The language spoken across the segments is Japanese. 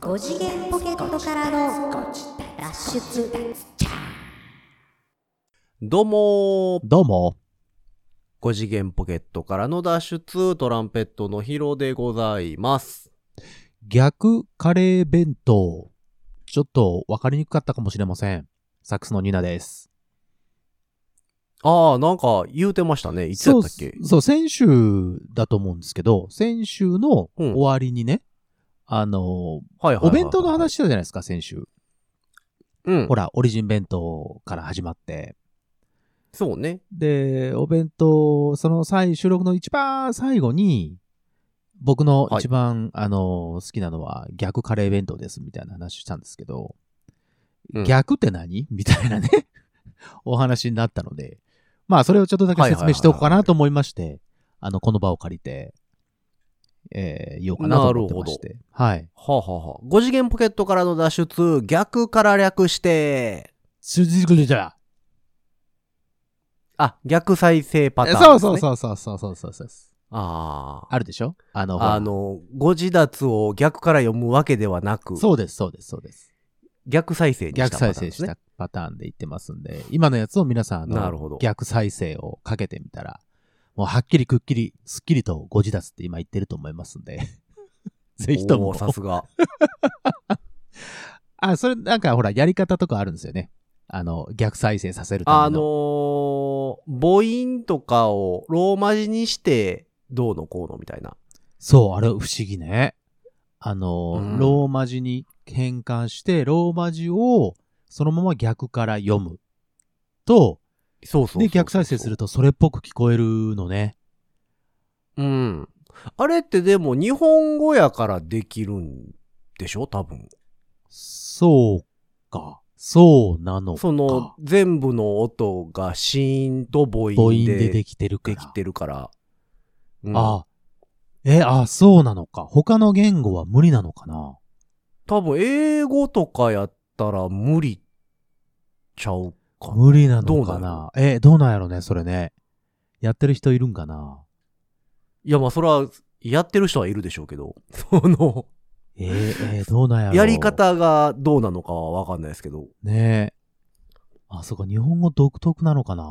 5次元ポケットからの脱出どうもーどうも。 5次元ポケットからの脱出、トランペットのヒロでございます。逆カレー弁当。ちょっと分かりにくかったかもしれません。サックスのニナです。ああ、なんか言うてましたね。いつやったっけそう、そう先週だと思うんですけど、先週のうん終わりにね、あの、はいはいはいはいお弁当の話したじゃないですか、先週。うんほ。ら、オリジン弁当から始まって。そうね。で、お弁当、その際、収録の一番最後に、僕の一番、あの、好きなのは逆カレー弁当ですみたいな話したんですけど、うん逆って何 みたいなね、お話になったので、まあ、それをちょっとだけ説明しておこうかなと思いまして、あの、この場を借りて、えー、言おうかなと思ってまして。はい。はあ、はあはあ、5次元ポケットからの脱出、逆から略して、数字作りじゃあ、逆再生パターン、そうそうう。そうそうそうそうそうそう。ああ。あるでしょあの、ほらあの、誤字脱を逆から読むわけではなく、そうです、そうです、そうです。逆再生にした逆パターン再ですね。生したパターンで言ってますんで、今のやつを皆さん、あなるほどの、逆再生をかけてみたら、もうはっきりくっきり、すっきりとご自立って今言ってると思いますんで、 ぜひとおもー。さすが。あ、それなんかほら、やり方とかあるんですよね。あの、逆再生させるたあめのの。ー、母音とかをローマ字にして、どうのこうのみたいな。そう、あれ不思議ね。あの、うんローマ字に変換して、ローマ字をそのまま逆から読むと、そうそうそうそうで、逆再生する。とそれっぽく聞こえるのね。うん。あれってでも日本語やからできるんでしょ多分。そうか。そうなのか。その、全部の音がシーンと母音で母音でできてるかでら。きてるから。うんあ、え、あ、そうなのか。他の言語は無理なのかな。多分英語とかやったら無理ちゃうかな。無理なのどかうなな。え、どうなんやろね、それね。やってる人いるんかな。いや、まあそれは、やってる人はいるでしょうけど、 その、えーえーどうなんやろ。やり。方がどうなのかはわかんないですけど。ねえ。あ、そうか、日本語独特なのかな。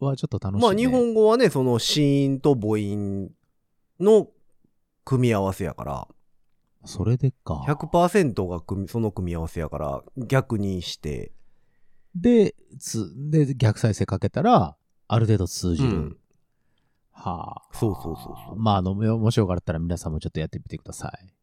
は、ちょっと楽しい、ね。まあ日本語はね、そのシーンと母音の組み合わせやから、それでか。 100%が組みその組み合わせやから、逆にして、で、つ、で、逆再生かけたら、ある程度通じる。うんはあ。そうそうそうそうまあ、あの、ももしよかったら皆さんもちょっとやってみてください。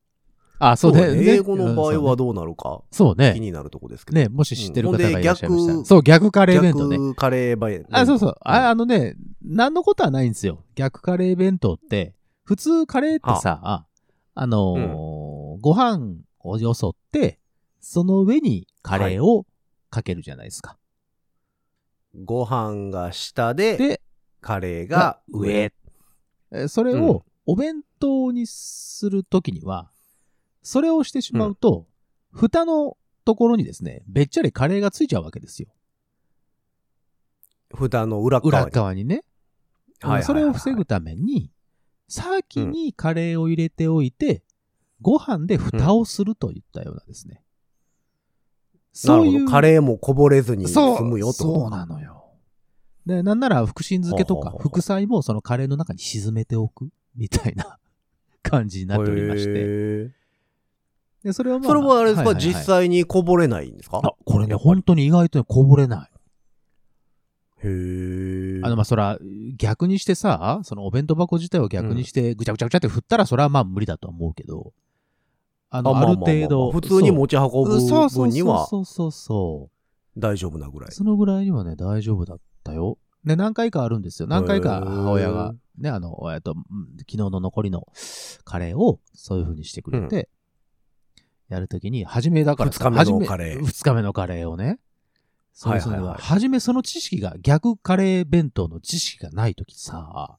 あ、そそううで、ねね英語の場合はうんどうなるかそう気ね。になるとこですけど。ね、もし知ってる方がいらっしゃいうましたんほんでら。逆そう、逆カレー弁当ね。逆カレーバイあ、そうそう。あああのね、何のことはないんですよ。逆カレー弁当って、普通カレーってさ、あのーご飯をよそって、その上にカレーをかけるじゃないですか。ご飯が下で、で、カレーが上。。えそれうんをお弁当にするときには、それをしてしまうと、蓋のところにですね、べっちゃりカレーがついちゃうわけですよ。蓋の裏側裏に。側にね。はいはいはいはいそれを防ぐために、先にカレーを入れておいて、ご飯で蓋をするといったようなですね。なそるうほいうど。カレーもこぼれずに済そうむよってことそうなのよ。で、なんなら福神漬けとほうかほうほう副菜もそのカレーの中に沈めておくみたいな 感じになっておりましへて。ーで、それはまあ、それはあれですか、いいい実際にこぼれないんですかあ、これね、やっぱり本当に意外とねこぼれない。へえ。あの、まあ、そら、逆にしてさ、そのお弁当箱自体を逆にして、ぐちゃぐちゃぐちゃって振ったら、それはまあ無理だとは思うけど、ああの、まあまるまま程度、普通に持ち運ぶそうそう分にはそうそうそうそう。大丈夫なぐらい。そのぐらいにはね、大丈夫だったよ。ね、何回かあるんですよ。何回か母親が、ね、あの、えっと、うん昨日の残りのカレーを、そういう風にしてくれて、やるときに、初めだから二さ、日目の初めカレー二日目のカレーをね、そうするにはいは、はい初めその知識が、逆カレー弁当の知識がないときさ、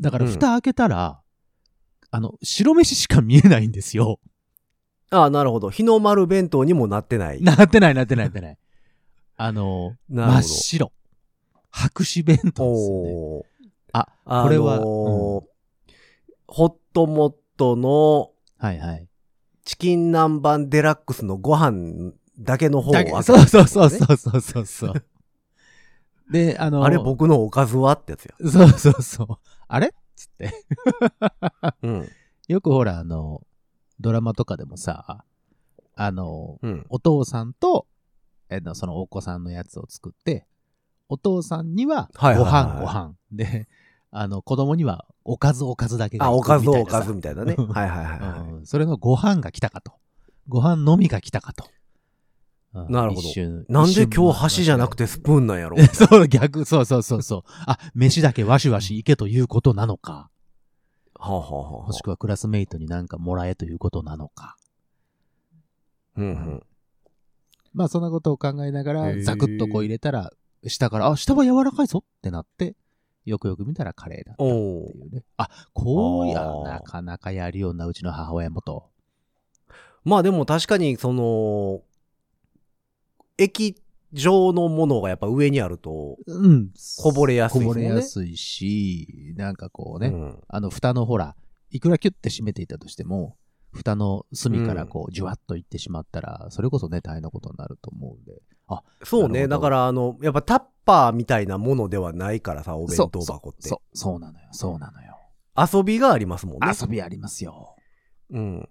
だからうん蓋開けたら、あの、白飯しか見えないんですよ。 ああ、なるほど。日の丸弁当にもなってない。なってないなってないなってない。あの、なる真ほっど。白。白紙弁当ですよね。おーあ、あこれはのーうホットモットのはいはい。チキン南蛮デラックスのご飯だけの方を開けたそうそうそうそうそうそうそう。 で、あの、あれ僕のおかずはってやつや。そうそうそう。あれっつって。うん。よくほら、あの、ドラマとかでもさ、あの、うん。お父さんと、えーのそのお子さんのやつを作って、お父さんにはごはいはいはい飯ご飯で、あの子供にはおかずおかずだけがあ、行おくかずみたいおなさかずみたいなね。うん はいはいはいはい。うんそれのご飯が来たかと。ご飯のみが来たかと。うんなるほど一瞬なんで今日箸じゃなくてスプーンなんやろ そう、逆、そうそうそうそう。あ、飯だけわしわし行けということなのか、はあ、はあはあはもしくはクラスメイトになんかもらえということなのか。あ、うんうん。まあそんなことを考えながへら、ーザクッとこう入れたら、下から、あ、下は柔らかいぞってなって、よくよく見たらカレーだったっておういうね。あ、こうやあ、ーなかなかやるようなうちの母親もと。まあでも確かに、その、液状のものがやっぱ上にあると、うん。こぼれやすいですもこぼんねれやすいし、なんかこうね、うんあの、蓋のほら、いくらキュッて閉めていたとしても、蓋の隅からこう、じゅわっといってしまったら、それこそね、大変なことになると思うんで。そうなね。るほどだから、あの、やっぱタッパーみたいなものではないからさ、お弁当そう箱って。そう、そうなのよ、そうなのよ。遊びがありますもんね。遊びありますよ。うん。うん。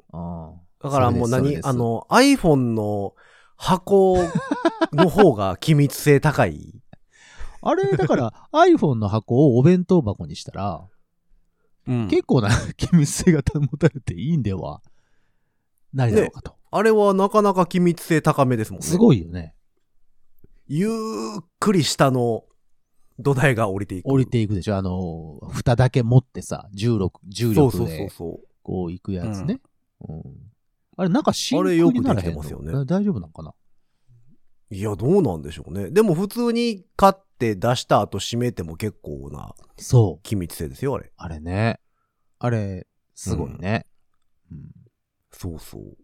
だからもうそれ何ですあ、の、iPhone の箱の方が機密性高い。それですあれ、だから iPhone の箱をお弁当箱にしたら、うん結構な気密性が保たれていいんではないだろうかと。あれはなかなか機密性高めですもんね。すごいよね。ゆっくり下の土台が降りていく。降りていくでしょあの、蓋だけ持ってさ、重力、重そうそう力そうでそう。こう行くやつね。うんあれ、なんか真あれ空よくにならへんのできてますよねだ大丈夫なんかないや、どうなんでしょうね。でも普通に買って出した後閉めても結構なそう。機密性ですよ、あれ。あれね。あれ、すごいね。うんそうそう。い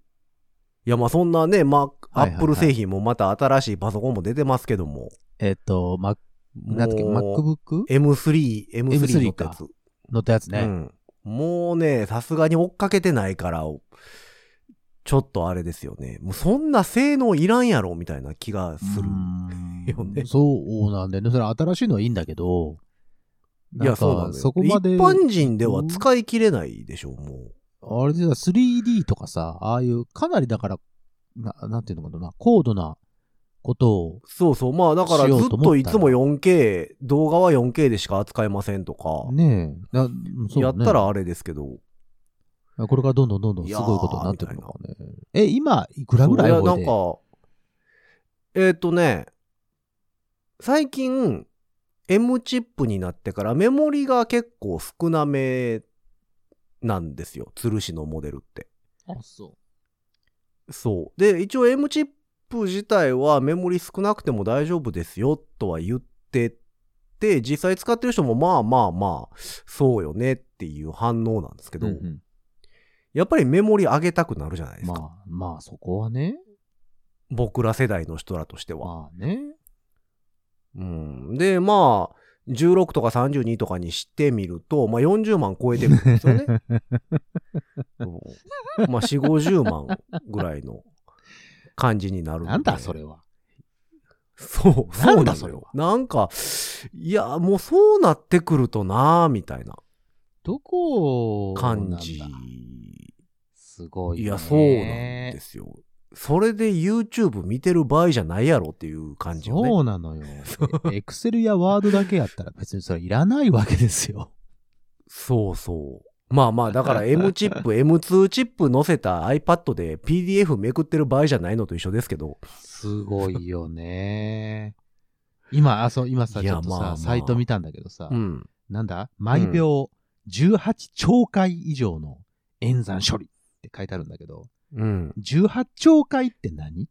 や、まあそんなね、まあ、はアいはいはいップル製品もまた新しいパソコンも出てますけども。えっと、マなんだっけ、もう MacBook M3、M3 のやつ。乗ったやつうね。ん。もうね、さすがに追っかけてないから、ちょっとあれですよね。もうそんな性能いらんやろ、みたいな気がする。うよねんそうなんだよね。それ新しいのはいいんだけど、いなんや、かそうなんだよ。そこまで、一般人では使い切れないでしょう、もあれでさ、3D とかさ、ああいう、かなりだから、ななんていうのかな、高度なことう。を、そうそう。まあ、だからしずよっうと思ったらといつも 4K、動画は 4K でしか扱えませんとか、ねえ、なそうやだねったらあれですけど、これからどんどんどんどんすごいことになってくるのかね。え、今、いくらぐらいそういやこなんれでか、えっ、とね、最近、M チップになってからメモリが結構少なめなんですよ。鶴市のモデルって。あ、そそう。で、一応 M チップ自体はメモリ少なくても大丈夫ですよとは言ってて、実際使ってる人もまあまあまあ、そうよねっていう反応なんですけうど、んうんやっぱりメモリ上げたくなるじゃないですか。まあ、まあ、そこはね。僕ら世代の人らとしては。まあね。うん、で、まあ、16とか32とかにしてみると、まあ40万超えてくるんですよね。 そうまあ4、50万ぐらいの感じになるでなんだそれは。そう、そうなんのだよそれはなんか、いや、もうそうなってくるとなあみたいなどこなん感だじ。すごい、ね。いや、そうなんですよ。それで YouTube 見てる場合じゃないやろっていう感じよね。そうなのよ。エクセルやワードだけやったら別にそれいらないわけですよ。そうそう。まあまあ、だから M チ ップ、M2 チップ載せた iPad で PDF めくってる場合じゃないのと一緒ですけど。すごいよね。今、あ、そう、今さ、いちやょっとさ、まあまあサイト見たんだけどさ、うん。なんだ毎秒18兆回以上の演算処理って書いてあるんだけど、うん。 18兆回って何い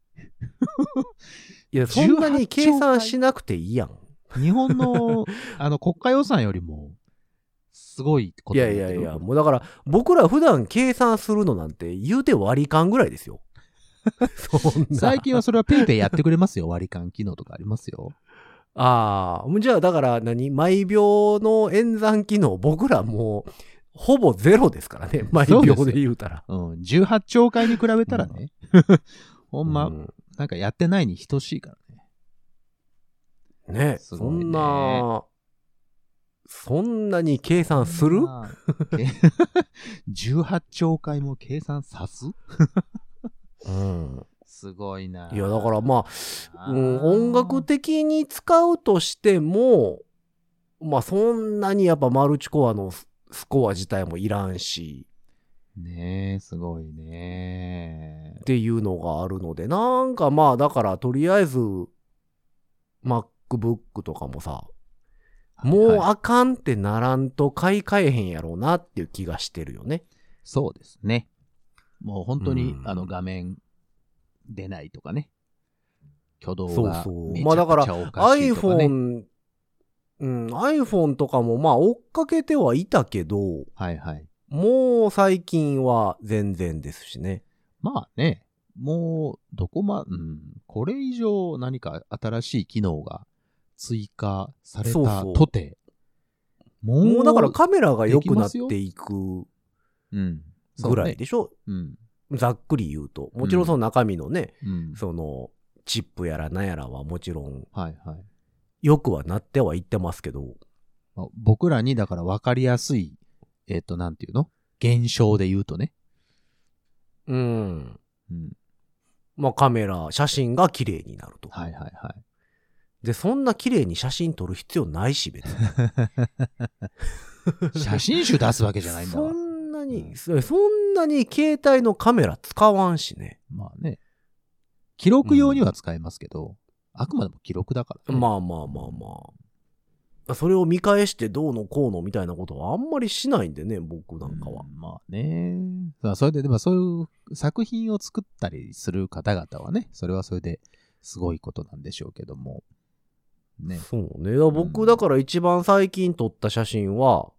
や、そんなに計算しなくていいやん。日本の、 あの、国家予算よりも、すごいこいとやなんだいけどやいや、もうだから、僕ら普段計算するのなんて言うて割り勘ぐらい ですよ。そんな。最近はそれはペイペイやってく れますよ。割り勘機能とかありますよ。ああ、じゃあだから何毎秒の演算機能、僕らもう、ほぼゼロですからね。毎秒で言うたら。うん、18兆回に比べたら ね、ほんうま、んなんかやってないに等しいからね。ねすそごいねんな、そんなに計算するまあけ ?18 兆回も計算さすうん。すごいな。いや、だからまあ、うんあー音楽的に使うとしても、まあそんなにやっぱマルチコアのススコア自体もいらんし、ねえ、すごいねっ。ていうのがあるので、なんかまあだからとりあえず、MacBook とかもさ、もうはいあかんってならんと買い替えへんやろうなっていう気がしてるよね。そうですね。もう本当に、うんあの画面出ないとかね。挙動そうがそうめちまあゃだからくちゃおかしいとか、ね。 iPhone、うん、iPhone とかもまあ追っかけてはいたけど、はいはい。もう最近は全然ですしね。まあね、もうどこま、うん、これ以上何か新しい機能が追加されたそうそうとて、ももうだからか、カメラが良くなっていくうん、そうぐねらいでしょ、うん、ざっくり言うと。もちろんその中身のね、うん。その、チップやらなんやらはもちろんはいはい。良くはなってはいってますけど。まあ僕らにだから分かりやすい、えっ、と、なんていうの現象で言うとね。うん。うん。まあカメラ、写真が綺麗になると。はいはいはい。で、そんな綺麗に写真撮る必要ないし、 別に。 写真集出すわけじゃないんだそわ。んなうに、んそそんなに携帯のカメラ使わんしね。まあね。記録用には使えますけど、あくまでも記録だから、ね。まあまあまあまあ。それを見返してどうのこうのみたいなことはあんまりしないんでね、僕なんかはう。んまあね。まあそれで、でもそういう作品を作ったりする方々はね、それはそれですごいことなんでしょうけども。ね。そうね。だから僕、うんだから一番最近撮った写真は、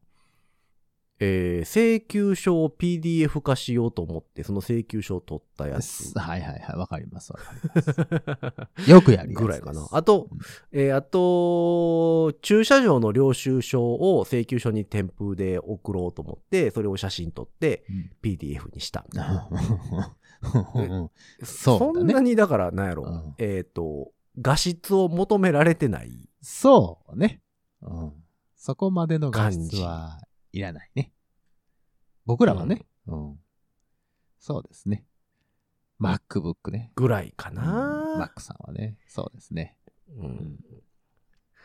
えー請求書を PDF 化しようと思って、その請求書を撮ったや つ。はいはいはい、わかりますわかります。よくやるやつですぐらいかな。あと、えーあと、駐車場の領収書を請求書に添付で送ろうと思って、それを写真撮ってうん PDF にしたみたいな。うんそそうだねんなにだから、なんやろ、うんえっ、と、画質を求められてない。そうね。うん。そこまでの画質はいらないね。僕らはね。うん。そうですね。MacBook ね。ぐらいかうんな。 Mac さんはね。そうですね。ううんん。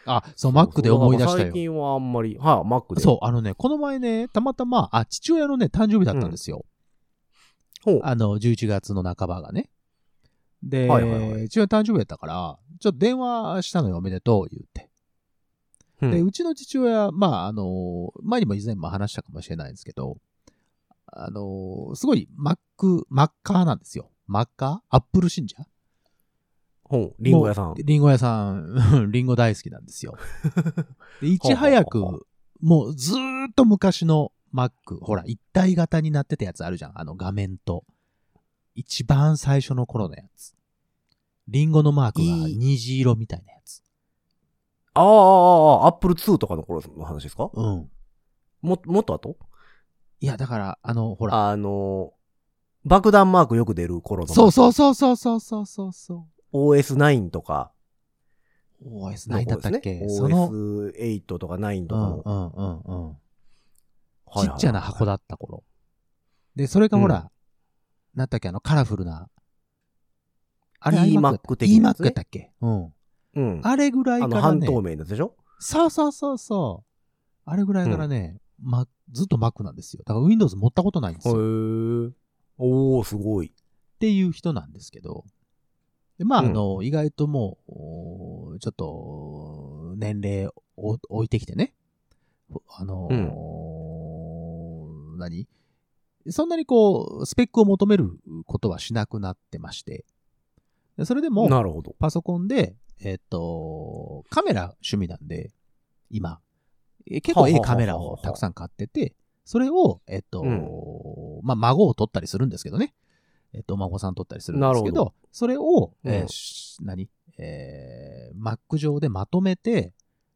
あ、そう、Mac で思い出した最よ。近はあんまり、はい、Mac で。そう、あのね、この前ね、たまたま、あ、父親のね、誕生日だったんですよ。ほう。あの、11月の半ばがね。で、はいはいは父親の誕生日やったから、ちょっと電話したのよ、おめでとう、言って。うんで、うちの父親、まあ、あの、前にも以前も話したかもしれないんですけど、あの、すごい、マック、マッカーなんですよ。マッカーアップル信者ほう、リンゴ屋さもんう。リンゴ屋さん、 リンゴ大好きなんで すよ。でいち早ほうほうほく、もうずーっと昔のマック、ほら、一体型になってたやつあるじゃん。あの画面と。一番最初の頃のやつ。リンゴのマークがいい虹色みたいなやつ。ああ、ああ、ああ、Apple 2とかの頃の話ですかうん。も、もっと後いや、だから、あの、ほら、あの、爆弾マークよく出る頃の。そうそうそうそうそうそうそうそ OS9 とか。う。OS の何だ頃でったすっねけ、その、 OS8 とか9とうかんの。うんうんうん。はちいはいっちゃな箱だった頃。で、それがほら、なんだっけ、あの、カラフルな。あれ、 iMac 的なや iMac つやねったっけうん。うん。ああれぐらいかの、ら半透ね。明のやつでしょそうそうそうそう。あれぐらいからね、ま、ずっと Mac なんですよ。だから Windows 持ったことないんですへよ。っーおー、すごい。ていう人なんですけど。でまあ、うんあの、意外ともう、おーちょっと、年齢を置いてきてね。あのー、何そんなにこう、スペックを求めることはしなくなってまして。でそれでも、なるほど。パソコンで、えっ、と、カメラ趣味なんで、今。え結構いいカメラをたくさん買ってて、それを、えっ、と、うんまあ、孫を撮ったりするんですけどね。えっ、と、お孫さん撮ったりするんですけなるど、それを、えーうんし何えー Mac 上でまとめて、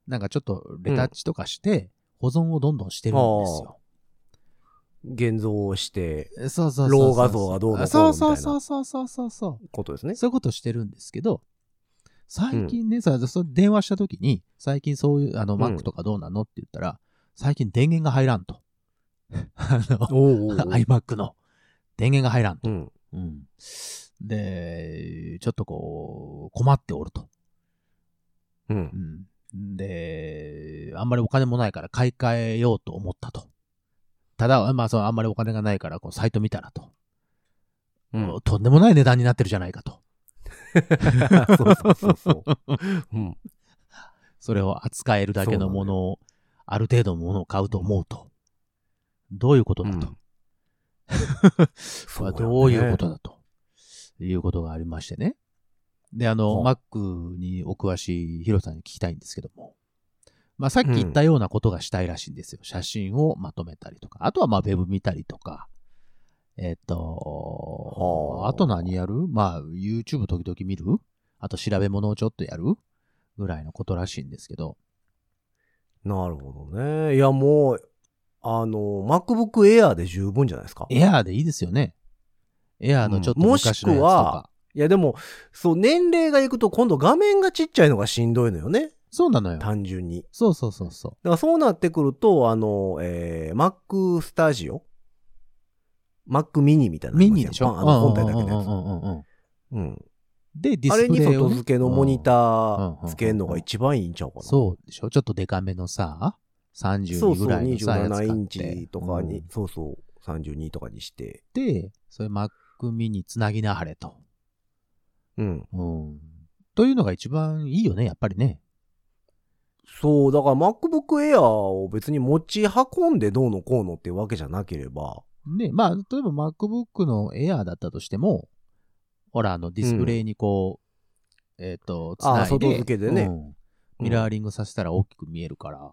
なんかちょっとレタッチとかして、保存をどんどんしてるんですよ。現像をして、そうそうそうそう。ロー画像がどうのこうのみたいそうなそうそうそうそうそうそう。ことですね。そういうことしてるんですけど、最近ね、さその電話した時に、最近そういう、あの、うん Mac とかどうなのって言ったら、最近電源が入らんと。 あの、おうおうおう iMac の電源が入らんと。うん。うん。で、ちょっとこう、困っておると。う。うんん。で、あんまりお金もないから買い替えようと思ったと。ただ、まあ、そのあんまりお金がないから、こうサイト見たらと、うん。とんでもない値段になってるじゃないかと。 そうそうそうそう。うん。それを扱えるだけのものを、ある程度のものを買うと思うと。どういうことだと。うんこそれはうどういうこだとだと。いうことがありましてね。で、あの、は Mac にお詳しいヒロさんに聞きたいんですけども。まあ、さっき言ったようなことがしたいらしいんですよ。写真をまとめたりとか。あとは、まあ、ウェブ見たりとか。えっ、と、はああと何やるまあ、YouTube 時々見るあと調べ物をちょっとやるぐらいのことらしいんですけど。なるほどね。いや、もう、あの、MacBook Air で十分じゃないですか。いエアーでいいですよね。エアーのちょっとうんもしくは昔のやつとか。や、でも、そう、年齢がいくと今度画面がちっちゃいのがしんどいのよね。そうなのよ。単純に。そうそうそうそ。だからそうなってくると、あの、えー、Mac Studio Mac mini みたいうな。ミニでしょあの、本体だけうんうのやんうんうんうんうんつ。うん。で、ディあスれプにレイを、外ね。付けのモニターつけるのが一番いいんちゃうかな。そうでしょちょっとデカめのさ、そう32そぐう、らいのさ、やつ買27ってインチとかに、うんそうそう、32とかにして。で、それ Mac mini つなぎなはれと。うん。うん。というのが一番いいよね、やっぱりね。そう、だから MacBook Air を別に持ち運んでどうのこうのってわけじゃなければ、ね、まあ、例えば MacBook の Air だったとしても、ほら、あの、ディスプレイにこう、えっ、と、つないであー外付けでねうんミラーリングさせたら大きく見えるから、っ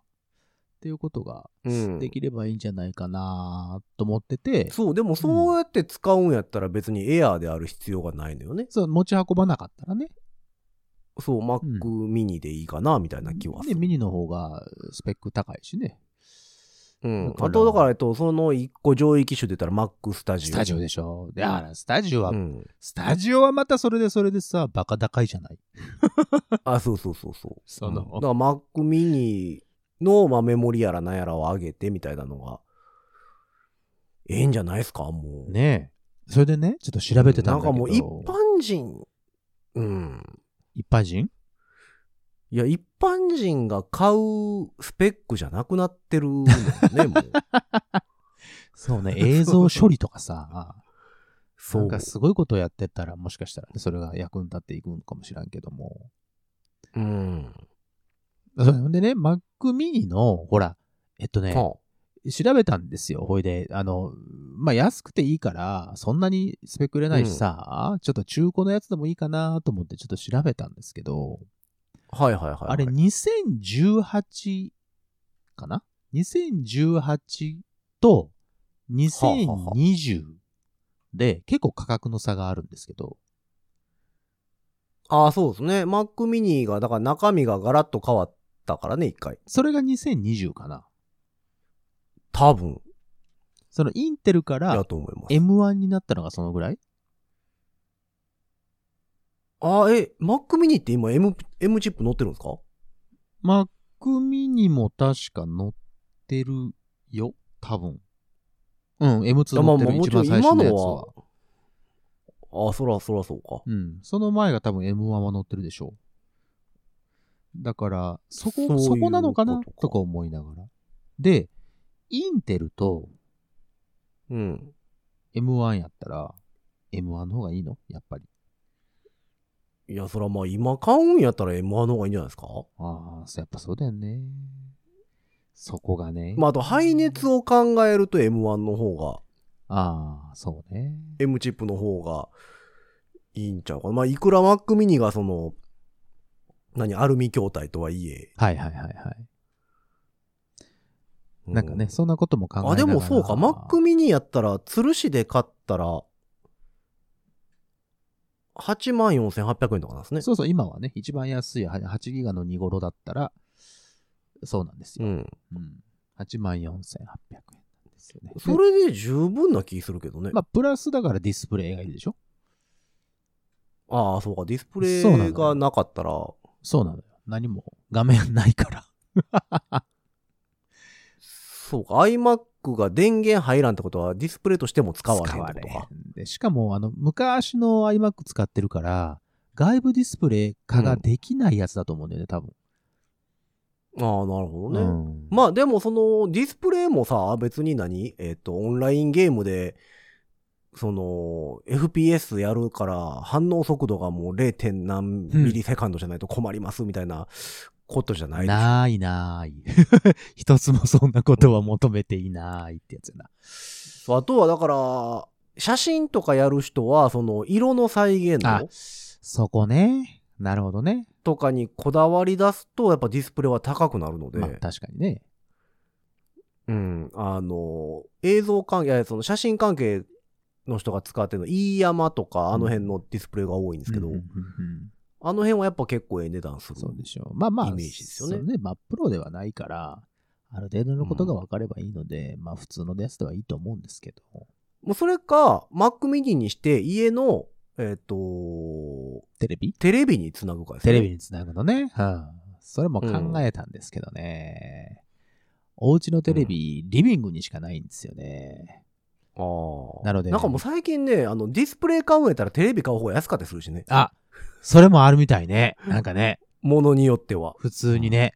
ていうことがうんできればいいんじゃないかなと思ってて、そう、でもそうやって使うんやったら別に Air である必要がないのよね。そう持ち運ばなかったらね、そう、Mac mini でいいかな、みたいな気はすねる。ミニの方がスペック高いしね、うんだ。からあと、だから、えっと、その一個上位機種で言ったら Mac スタジオ。スタジオでしょ。いや、スタジオは、うん。スタジオはまたそれでそれでさ、バカ高いじゃない。あ、そうそうそうそう。そのうんだから Mac mini の、まあ、メモリやらなんやらを上げてみたいなのが、ええんじゃないですか、もう。。ねえ。それでね、ちょっと調べてたんだけなんかど、もう一般人、うん。一 般人いや、一般人が買うスペックじゃなくなってるのよね、もう。 そうね、映像処理とかさ、そなんうか。すごいことやってったら、もしかしたらね、それが役に立っていくのかもしらんけども。うん。それでね、Mac mini の、ほら、えっとね、は調べたんですよ。ほいで、あの、まあ、安くていいから、そんなにスペック入れないしさ、ちょっと中古のやつでもいいかなと思ってちょっと調べたんですけど、あはいはいはいはい。あれ2018かな ?2018 とはあはあ2020で結構価格の差があるんですけど、ああ、そうですね。Mac mini が、だから中身がガラッと変わったからね、一回。それが2020かな多分、そのインテルかやらと思います。 M1 になったのがそのぐらいああ、え、Mac mini って今 M、M チップ乗ってるんですか Mac mini も確か乗ってるよ、多分。うん、M2 乗ってる一番最初のやつは。は。ああ、そらそらそうか。うん、その前が多分 M1 は乗ってるでしょう。だから、そこ、そういうそこなのかなこととかか思いながら。で、インテルとうん。 M1 やったら、M1 の方がいいのやっぱり。いや、そらまあ今買うんやったら M1 の方がいいんじゃないですかああ、そうやっぱそうだよね。そこがね。まああと排熱を考えると M1 の方が、ああ、そうね。 M チップの方がいいんちゃうかな。まあいくら Mac mini がその、何、アルミ筐体とはいえ。はいはいはいはい。うなんかね、そんなことも考えなあ、がらでもそうか。Mac mini やったら、吊るしで買ったら、84,800円とかなんですね。そうそう、今はね、一番安いは8ギガの2頃だったら、そうなんですよ。うん。うん。84,800円なんですよ。ですよね。それで十分な気するけどね。まあ、プラスだからディスプレイがいるでしょああ、そうか。ディスプレそうなのイよがなかったら、そうなのよ。何も画面ない から。そうか。iMac が電源入らんってことは、ディスプレイとしても使われへんってこと使わか。れへんでしかも、あの、昔の iMac 使ってるから、外部ディスプレイ化ができないやつだと思うんだよね、多分。ああ、なるほどね。うんまあでもそのディスプレイもさ、別に何えっ、と、オンラインゲームで、その、FPS やるから反応速度がもう 0. 点何ミリセカンドじゃないと困りますみたいなことじゃないでしょないない。 一つもそんなことは求めていないってやつやな。そうあとはだから、写真とかやる人は、その、色の再現あ度、そこね。なるほどね。とかにこだわり出すと、やっぱディスプレイは高くなるので、まあ確かにね。うん、あの、映像関係、いやその写真関係の人が使ってるの、飯山とか、あの辺のディスプレイが多いんですけど、うんうんうんあの辺はやっぱ結構ええ値段する。そうでしょう。まあまあ、イメージですよねそうまあプロではないから、ある程度のことが分かればいいので、まあ普通のやつではいいと思うんですけど、もうそれか、Mac mini にして家の、えっ、と、テレビテレビにつなぐかですテね。レビにつなぐのね。うん。それも考えたんですけどね。お家のテレビ、リビングにしかないんですよね。あーなのでなんかもう最近ね、あの、ディスプレイ買うんやったらテレビ買う方が安かったりするしね。あ、それもあるみたいね。なんかね、ものによっては。普通にね。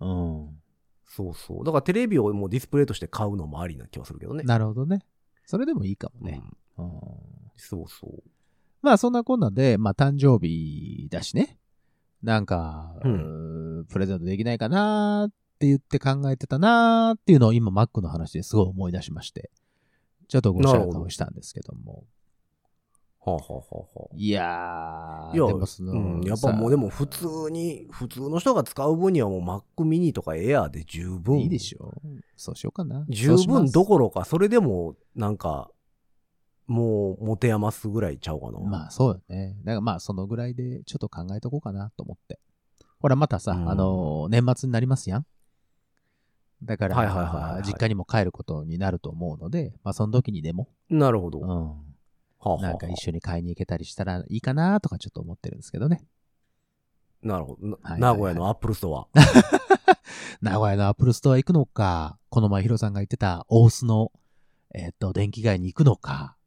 うん。そうそう。だからテレビをもうディスプレイとして買うのもありな気はするけどね。なるほどね。それでもいいかもね。うんうんそうそう。まあそんなこんなんで、まあ誕生日だしね。なんか、ううープレゼントできないかなーって言って考えてたなーっていうのを今 Mac の話ですごい思い出しまして。ちょっとごしゃらかをしたんですけども。はあ、はあはあはいやいやー、でもその、うん、やっぱもうでも普さ通に、普通の人が使う分にはもう Mac mini とか Air で十分。いいでしょう。そうしようかな。十分どこころか、それでも、なんか、もう持て余すぐらいちゃうかな。まあそうよね。だからまあそのぐらいでちょっと考えとこうかなと思って。ほらまたさ、うんあの、年末になりますやん。だから、はいはいはいはいはい実家にも帰ることになると思うので、まあその時にでも、なるほど。うはん、あはあはあなんか一緒に買いに行けたりしたらいいかなとかちょっと思ってるんですけどね。なるほど。なはいはい名古屋のアップルス トア。名古屋のアップルストア行くのか、この前ヒロさんが言ってた大須の、えっと、電気街に行くのか、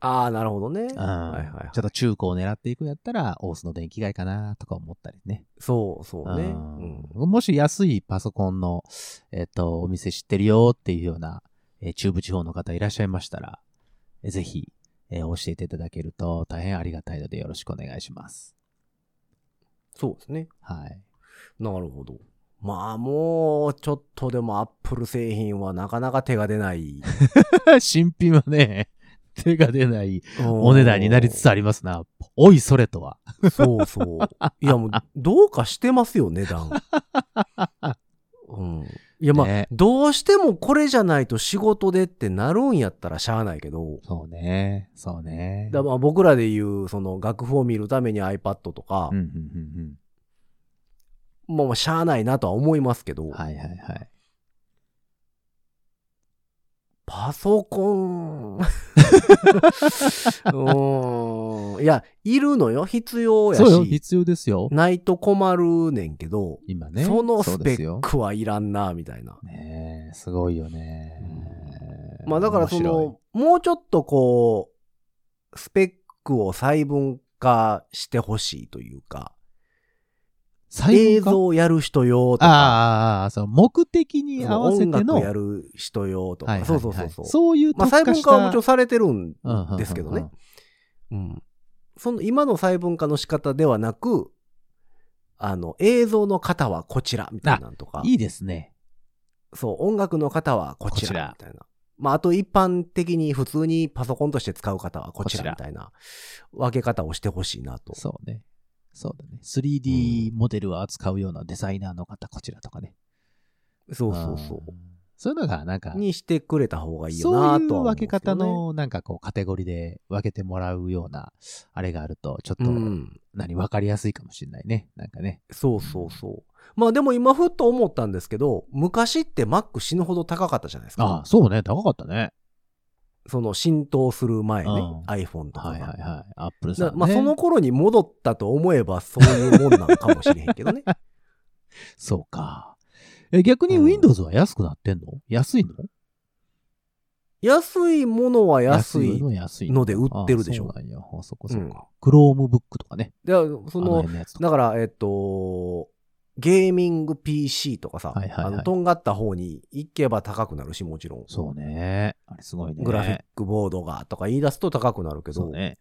ああ、なるほどね。はいうんはいはいちょっと中古を狙っていくんやったら、大須の電気街かなとか思ったりね。そうそうね。うんうんもし安いパソコンの、えっと、お店知ってるよっていうような、えー中部地方の方いらっしゃいましたら、えーぜひ、えー教えていただけると大変ありがたいのでよろしくお願いします。そうですね。はい。 なるほど。まあもう、ちょっとでもアップル製品はなかなか手が出ない。新品はね、 手が出ない お値段になりつつありますな。おい、それとは。る。そうそう。いやもう、どうかしてますよ、値段。うん、いやまあ、ねどうしてもこれじゃないと仕事でってなるんやったらしゃあないけど。そうね。そうね。だからまあ僕らでいう、その楽譜を見るために iPad とかうん、うんうんもうまあしゃあないなとは思いますけど、うん。はいはいはい。パソコン。うーん。いや、いるのよ。必要やそうよ、し。必要ですよ。ないと困るねんけど、今ね。そのうスペですよックはいらんな、みたいな。ねえ、すごいよね。まあだからそ面の、もうちょっとこう、スペックを細分化してほしいというか、白い、映映像像をやる人用とああか、ああああ、その目的にそ合のわせて音の、楽やる人用とはいか、はいそうはそういそうそう。そういうまあ、特細化分し化た、はもちろんされてるんうんうんうんうんですけどね。うん。その今の細分化の仕方ではなく、あの、映像の方はこちらみたいなのとか、いいですね。そう、音楽の方はこちこちららみたいな。まあ、あと一般的に普通にパソコンとして使う方はこちらこみちたいな分け方をしてほしいなと。そうね。そうだね。3D モデルを扱うようなデザイナーの方、こちらとかね。そうそうそうう。んそういうのがなんか、にしてくれた方がいいよそなういうとは思うん分でけすけ方どね、のなんかこうカテゴリーで分けてもらうような、あれがあると、ちょっと、うん。何、分かりやすいかもしれないね。なんかね。そうそうそう。まあでも今ふっと思ったんですけど、昔ってマック死ぬほど高かったじゃないですか。ああ、そうね。高かったね。その浸透する前ね、うん iPhone とかが。はいはいはい。アップルさん、なね。まあその頃に戻ったと思えばそういうもんなのかもしれへんけどね。 そうか。え、逆にうん Windows は安くなってんの、安いの安いものは安いの安いので売ってるでしょあ。そうなんや。あそこそこうんか。Chromebook とかね。でそそのの辺のやつとか。だから、えっと、ゲーミング PC とかさ、はいはいはいあの、とんがった方に行けば高くなるし、もちろん。そうね。あれすごいね。グラフィックボードがとか言い出すと高くなるけそど、うね。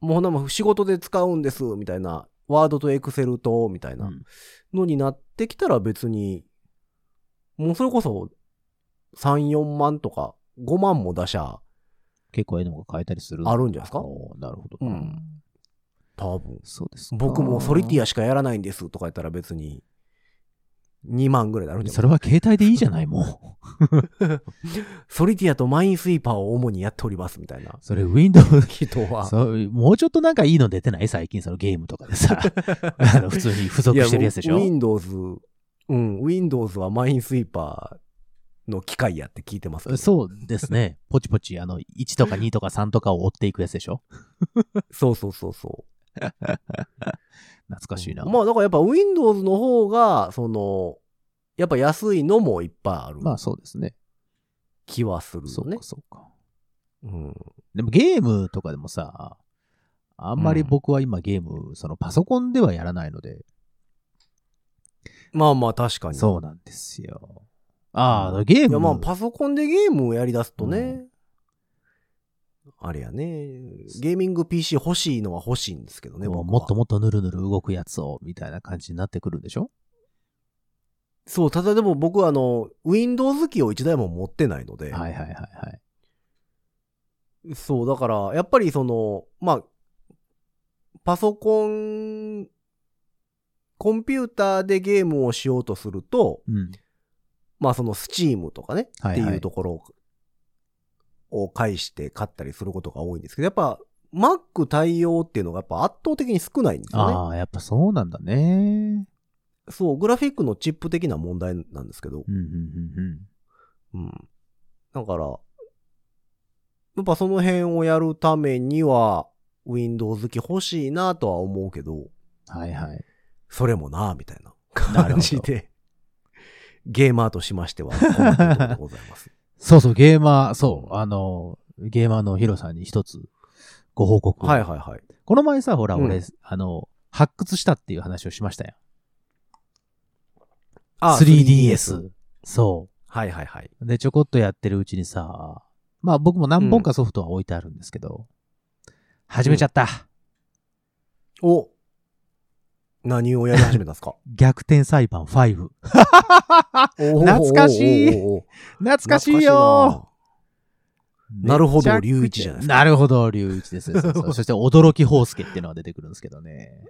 もうほんなもん仕事で使うんです、みたいな、ワードとエクセルと、みたいなうんのになってきたら別に、もうそれこそ、3、4万とか、5万も出しゃ、結構絵のが変えたりするあるんじゃないですかおーなるほど。うん多分。そうですか僕もソリティアしかやらないんですとか言ったら別に、2万ぐらいになるんじゃないそれは携帯でいいじゃな い、もう。ソリティアとマインスイーパーを主にやっておりますみたいなそれ Windows、人は。そうもうちょっとなんかいいの出てない最近、そのゲームとか でさ。あの普通に付属してるやつでしいょや Windows、うん、Windows はマインスイーパーの機械やって聞いてますけど。そうですね。ポチポチ、あの、1とか2とか3とかを追っていくやつでしょそうそうそうそう。懐かしいな。まあだからやっぱ Windows の方が、その、やっぱ安いのもいっぱいあるまあそうですね。気はするそようねか、。そうか。うん。でもゲームとかでもさ、あんまり僕は今ゲーム、そのパソコンではやらないので、まあまあ確かに。そうなんですよ。ああ、ゲーいやムまあパソコンでゲームをやり出すとね、うんあれやね、ゲーミング PC 欲しいのは欲しいんですけどね、もう僕もはっともっとぬるぬる動くやつを、みたいな感じになってくるんでしょそう、ただでも僕はあの、Windows 機を一台も持ってないので、はいはいはいはい。そう、だから、やっぱりその、まあ、パソコン、コンピューターでゲームをしようとすると、うん。まあその Steam とかね、っはいてはいいうところを介して買ったりすることが多いんですけど、やっぱ Mac 対応っていうのがやっぱ圧倒的に少ないんですよね。ああ、やっぱそうなんだね。そう、グラフィックのチップ的な問題なんですけどう、んうんうんうん。うん。だから、やっぱその辺をやるためには、Windows 好き欲しいなとは思うけど、はいはい。それもなみたいなな感るほじど。で、ゲーマーとしましては困っているところでござい ます。そうそう、ゲーマー、そう、あの、ゲーマーのヒロさんに一つご報告。はいはいはい。この前さ、ほら、うん俺、あの、発掘したっていう話をしましたよ。あ 3DS。そはいはいはい。う。で、ちょこっとやってるうちにさ、まあ僕も何本かソフトは置いてあるんですけど、始めちゃった。お何をやり始めたんですか 逆転裁判5。懐懐かしい懐かしいよななるほどめちゃくち龍一じゃないですかなるほど、龍一です。そうそうそして、驚き宝介っていうのが出てくるんですけどね。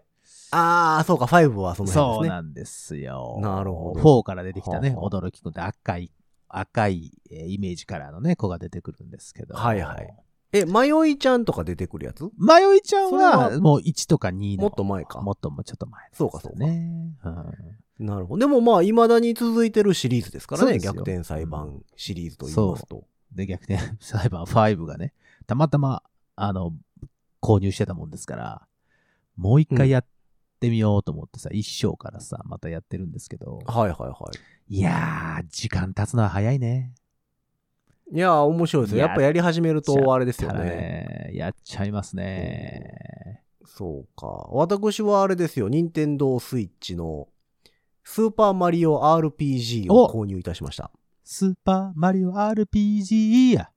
ああ、そうか、5は そのそ辺うですね。なんですよ。なるほど4から出てきたね、はあは驚きくんって赤い、赤い、えーイメージカラーのね、子が出てくるんですけど。はいはい。え、迷いちゃんとか出てくるやつ迷いちゃんそれは、はもう1とか2の。もっと前かもっとも、ちょっと前、そうかそうかね。うんなるほど。でもまあ、未だに続いてるシリーズですからそうね。ですよ逆転裁判シリーズと言いますと。で、逆転 裁判5がね、たまたま、あの、購入してたもんですから、もう一回やってみようと思ってさ、一章からさ、またやってるんですけど、はいはいはい。いやー、時間経つのは早いね。いやー、面白いですよ。いややっぱやり始めると、あれですよやっちゃったね。ね。やっちゃいますね。そうか。私はあれですよ。任天堂スイッチの、スーパーマリオ RPG を購入いたしました。スーパーマリオ RPG や。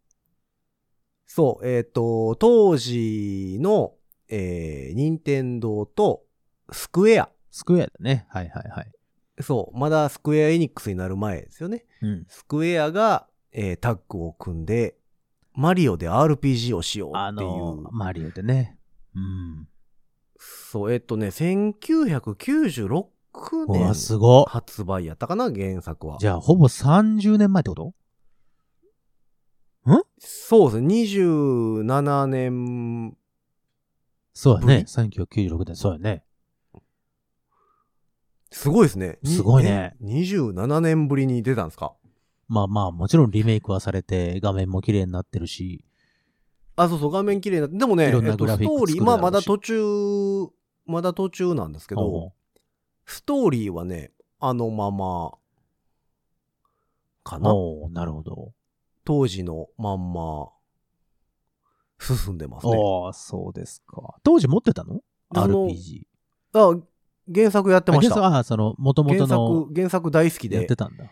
そう、えっ、と、当時の、えー、任天堂とスクエア。スクエアだね。はいはいはい。そう、まだスクエアエニックスになる前ですよね。うん。スクエアが、えータッグを組んで、マリオで RPG をしようあっていう。の、マリオでね。うん。そう、えっ、とね、1996うわ、す年ごっ。発売やったかな、原作は。じゃあ、ほぼ30年前ってことそうですね、27年、そうやぶりね。1996年、そうやね。すごいですね。にすごいね。え27年ぶりに出たんですかまあまあ、もちろんリメイクはされて、画面も綺麗になってるし、あ、そうそう、画面綺麗になって。でもね、いろんなえっとグラフィックストーリー、作るまだろうあ、しまだ途中、まだ途中なんですけおどう、ストーリーはね、あのまま、かな。おうなるほど。当時のまんま、進んでますね。おーそうですか。当時持ってたのあの ?RPG。あ、原作やってましあ原た。作あ、その、元々原の作、原作大好きやっでてたんだ。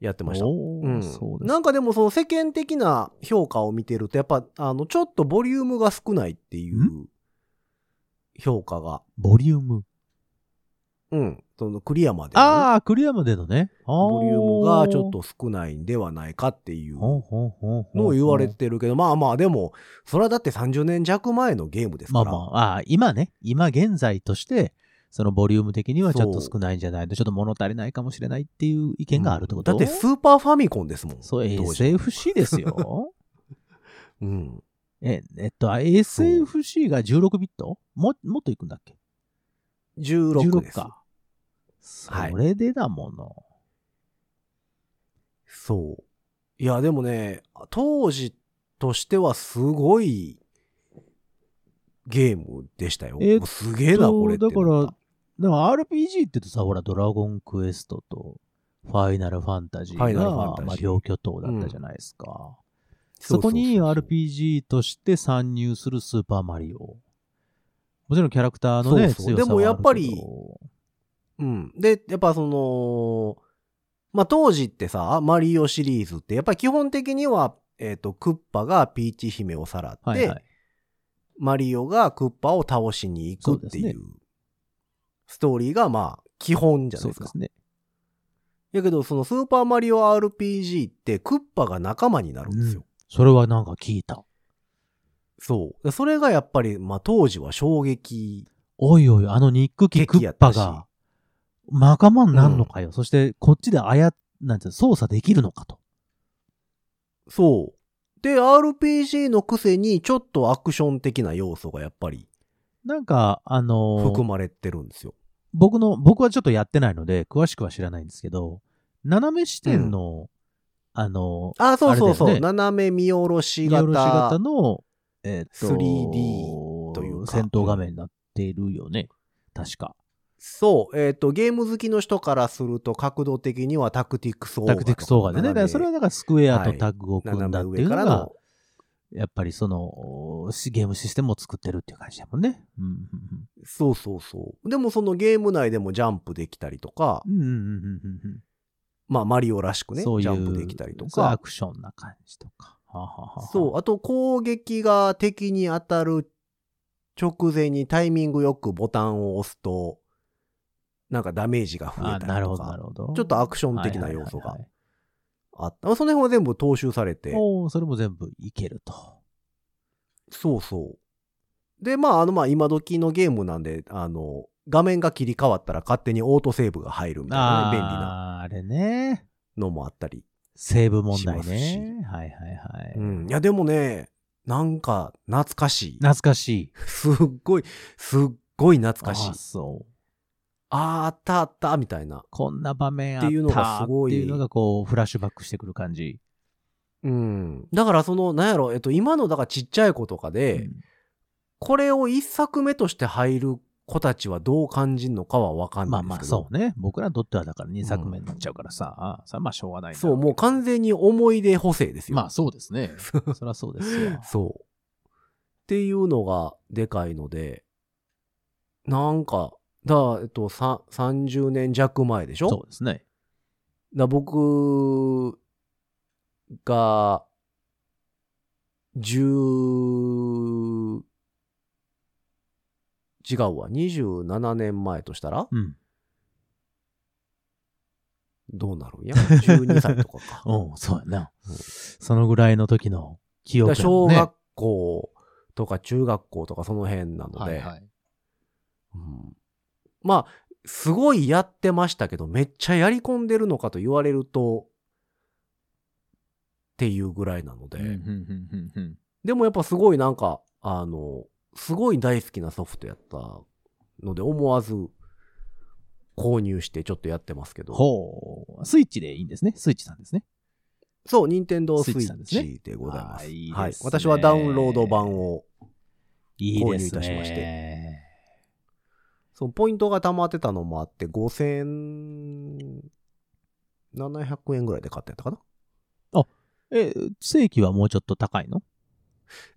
やってました。おーうんそうですなんかでもその世間的な評価を見てるとやっぱあのちょっとボリュームが少ないっていう評価が、ボリューム。うん、そのクリアまでのね、ああ、クリアまでのね。あーボリュームがちょっと少ないんではないかっていうほんのほんほんほんを言われてるけどまあまあでもそれはだって30年弱前のゲームですまかあら、まあ、あー今ね、今現在として、そのボリューム的にはちょっと少ないんじゃないのちょっと物足りないかもしれないっていう意見があるってこと、だってスーパーファミコンですもんそう、当時 SFC です よ。うんえ、えっと、SFC が16ビットも、もっといくんだっけ16ですか。そはいれでだもの。そう。いや、でもね、当時としてはすごいゲームでしたよ。えっともうすげえな、これってだなっかた。ら、だから RPG って言うとさ、ほら、ドラゴンクエストと、ファイナルファンタジーファイナルファンがタジー、まあ、両巨頭だったじゃないですか。そうそうそうそうこに RPG として参入するスーパーマリオ。もちろんキャラクターのそね、うそう強さはあるけどでもやっぱりうん。で、やっぱその、まあ、当時ってさ、マリオシリーズって、やっぱり基本的には、えっ、と、クッパがピーチ姫をさらって、はいはい。マリオがクッパを倒しに行くっていそううですストーリーが、まあ、基本じゃないそうですでか。すね。やけど、そのスーパーマリオ RPG って、クッパが仲間になるんですよ。それはなんか聞いた。そう。でそれがやっぱり、まあ当時は衝撃。おいおい、あのニックキク激やッっパたしが、仲間になんのかよ。そして、こっちであや、なんていうの操作できるのかと。そう。で、RPG のくせにちょっとアクション的な要素がやっぱりなんか、あのー含まれてるんですよ。僕の、僕はちょっとやってないので、詳しくは知らないんですけど、斜め視点の、あの、あ、そうそうそう。あれだよね斜め見下ろし見下ろし型型。の、えーっと、 3D というか戦闘画面になっているよね。確か。そう。えっ、と、ゲーム好きの人からすると角度的にはタクティクスオーガタとか。クティクスオーガでね。だからそれはだからスクエアとはいタッグを組んだ斜っめてい上うかのらがの、。やっぱりその、おしゲームシステムを作ってるっていう感じだもんね。うんうんそうそうそう。でもそのゲーム内でもジャンプできたりとか、うん。うんうんうんうんうんまあマリオらしくうんね、そういう、ジャンプできたりとそうかア。クションな感じとか。はあはあはあそう。あと、攻撃が敵に当たる直前にタイミングよくボタンを押すと、なんかダメージが増あえたなりるとほど、なか、るほど。ちょっとアクション的な要素はがいはいはいはいあった。まあその辺は全部踏襲されて、おーそれも全部いけると。そうそう。で、まあ、あの、まあ、今時のゲームなんで、あの、画面が切り替わったら勝手にオートセーブが入るみたいなね、便利なあーあれね。のもあったり。セーブ問し題ますしね。はいはいはい。うん。いや、でもね、なんか、懐かしい。懐かしい。すっごい、すっごい懐かしいあ。そう。あーあったあった、みたいな。こんな場面あったっていうのがすごいっていうのがこう、フラッシュバックしてくる感じ。うん。だからその、なんやろ、えっと、今の、だからちっちゃい子とかで、うんこれを一作目として入る子たちはどう感じるのかはわかんなまいあんでますあけど。そうね。僕らにとってはだから2作目になっちゃうからさ、ああそれはまあしょうがないんだそう、もう完全に思い出補正ですよ。まあそうで すね。そりゃそうですよ。そう。っていうのがでかいので、なんか、だ、えっと、さ30年弱前でしょそうですね。だ僕が、十、違うわ、27年前としたら、うん。どうなるんや ?12 歳とかか。 うん、そうやな。うんそのぐらいの時の記憶だや小もんね学校とか中学校とかその辺なので、はいはい。うんまあ、すごいやってましたけど、めっちゃやり込んでるのかと言われると、っていうぐらいなので、うんうんうんうんうんでもやっぱすごいなんか、あの、すごい大好きなソフトやったので、思わず購入してちょっとやってますけど、ほう。スイッチでいいんですね。スイッチさんですね。そう、任天堂スイスイッチさんッですねチでございます。あーいいですねはい。私はダウンロード版を、いいで購入すね。いたしましそのポイントが溜まってたのもあって、5700円ぐらいで買ったやったかなえ、正規はもうちょっと高いの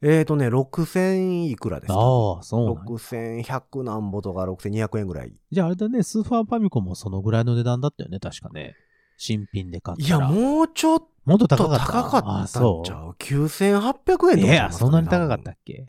えーとね、6000いくらですかああ、そうなんや6100なんぼとか6200円ぐらい。じゃああれだね、スーファーファミコンもそのぐらいの値段だったよね、確かね。新品で買っいたや、ら。う、もうちょっもっとと高かった。高かっああ、たんそちゃう。う ?9800 円とかいちゃいや、ますかねそんなに高かったっけ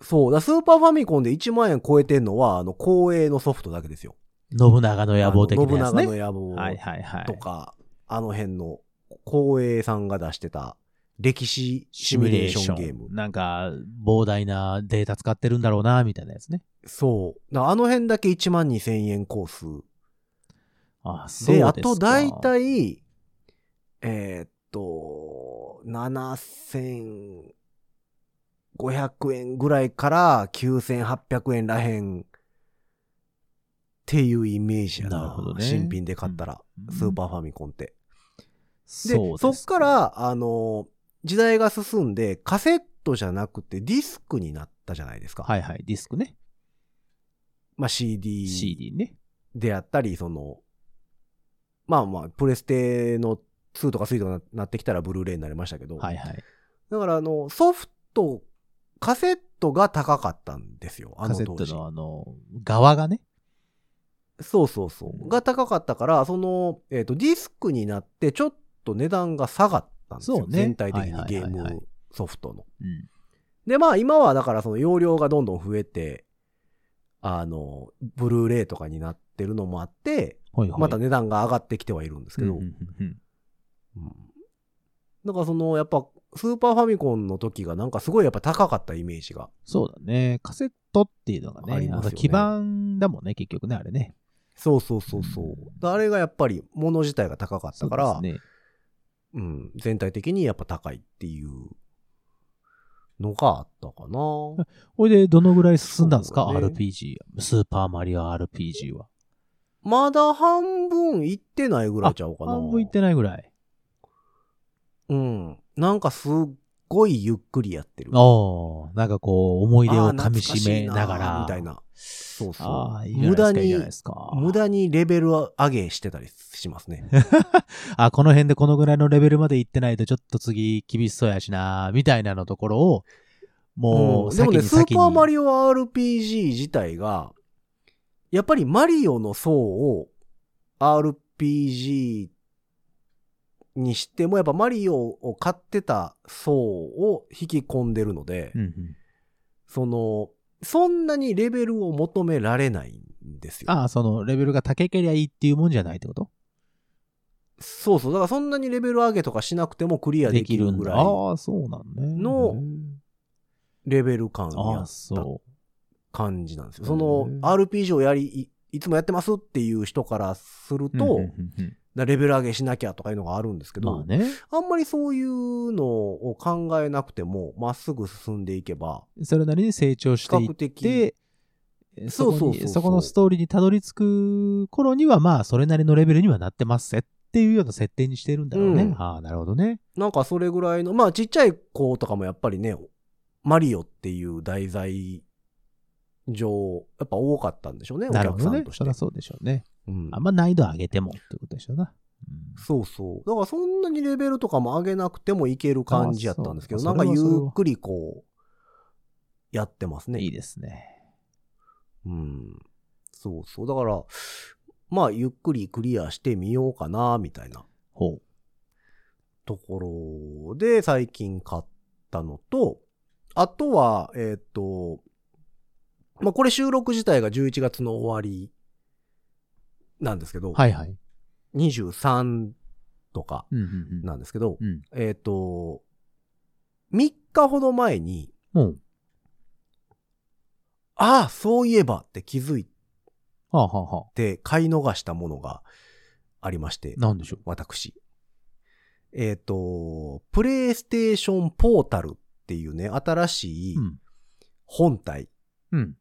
そう。だスーパーファミコンで1万円超えてんのは、あの、公営のソフトだけですよ。信長の野望的なやあつの信ね。長の野は望いはいはい。とか、あの辺の公営さんが出してた歴史シミュレーションゲーム。なんか、膨大なデータ使ってるんだろうな、みたいなやつね。そう。だあの辺だけ1万2000円コース。ああ、そうですで、か。あと大体、えーっと、7500円ぐらいから9800円らへんっていうイメージやな。なるほどね新品で買ったら、うんスーパーファミコンって。で、そうですそっか、ら、あの、時代が進んで、カセットじゃなくてディスクになったじゃないですか。はいはい、ディスクね。まあ CD。 CD ね。であったり、その、まあまあ、プレステの2とか3とかななってきたらブルーレイになりましたけど、はいはい。だからあの、ソフト、カセットが高かったんですよ、あカのセ当ット時。のあの、側がね。そうそうそうう。んが高かったから、その、えっ、と、ディスクになってちょっと値段が下がったんですよ。そうね全体的にはいゲはいーはいはいムソフトの。うん。で、まあ今はだからその容量がどんどん増えて、あの、ブルーレイとかになってるのもあって、ほいほい。また値段が上がってきてはいるんですけど、うんうんうんうんだからそのやっぱスーパーファミコンの時がなんかすごいやっぱ高かったイメージが。そうだね。カセットっていうのがね、ありますよねの基盤だもんね、結局ね、あれね。そうそうそうそう。うんだからあれがやっぱり物自体が高かったから、そうですね。うん、全体的にやっぱ高いっていうのがあったか な。ほいで、どのぐらい進んだんですか、そうだね ?RPG。スーパーマリオ RPG は。まだ半分いってないぐらいちゃうかな。半分いってないぐらい。うん。なんかすっごいゆっくりやってる。おーなんかこう、思い出あをーかみしめなが懐から。しいみたい。な。そうそう。ああ、いいじゃ無駄ないですかいいじゃないにで、すか。無駄にレベル上げしてたりしますね。あ、この辺でこのぐらいのレベルまで行ってないと、ちょっと次厳しそうやしな、みたいなのところを、もう、でも先ね、にスー先に。パーマリオ RPG 自体が、やっぱりマリオの層を RPG にしても、やっぱマリオを買ってた層を引き込んでるので、うんうんその、そんなにレベルを求められないんですよ。ああ、その、レベルが高けりゃいいっていうもんじゃないってことそうそう。だからそんなにレベル上げとかしなくてもクリアできるぐらいああ、そうなんね。のレベル感あやあ、そ感じなんですよ。へーその RPG をやり、いいつもやってますっていう人からするう。と、うんうんうんうんだレベル上げしなきゃとかいうのがあるんですけど、まあね。あんまりそういうのを考えなくても、まっすぐ進んでいけば、それなりに成長比してい較っ的、て、えそそこうそうそうそにうそこのストーリーにたどり着く頃には、まあ、それなりのレベルにはなってますぜっていうような設定にしてるんだろうね。うんああ、なるほどね。なんかそれぐらいの、まあちっちゃい子とかもやっぱりね、マリオっていう題材上、やっぱ多かったんでしょうね、おなるほ客どさんねと。して。そりゃそうでしょうね。うんあんま難易度上げてもってことでしょうな。うんそうそう。だからそんなにレベルとかも上げなくてもいける感じやったんですけど、あなそうんかそれはそれはゆっくりこう、やってますね。いいですね。うん。そうそう。だから、まあ、ゆっくりクリアしてみようかな、みたいなほう。ところで、最近買ったのと、あとは、えっ、と、まあ、これ収録自体が11月の終わりなんですけど、はいはい。 23とかうんうんうん。なんですけど、うん。えっ、と、3日ほど前に、もう、ああ、そういえばって気づいはあ、はあはあ、で買い逃したものがありまして、なんでしょう。私。えっ、と、プレイステーションポータルっていうね、新しいうん。本体うん。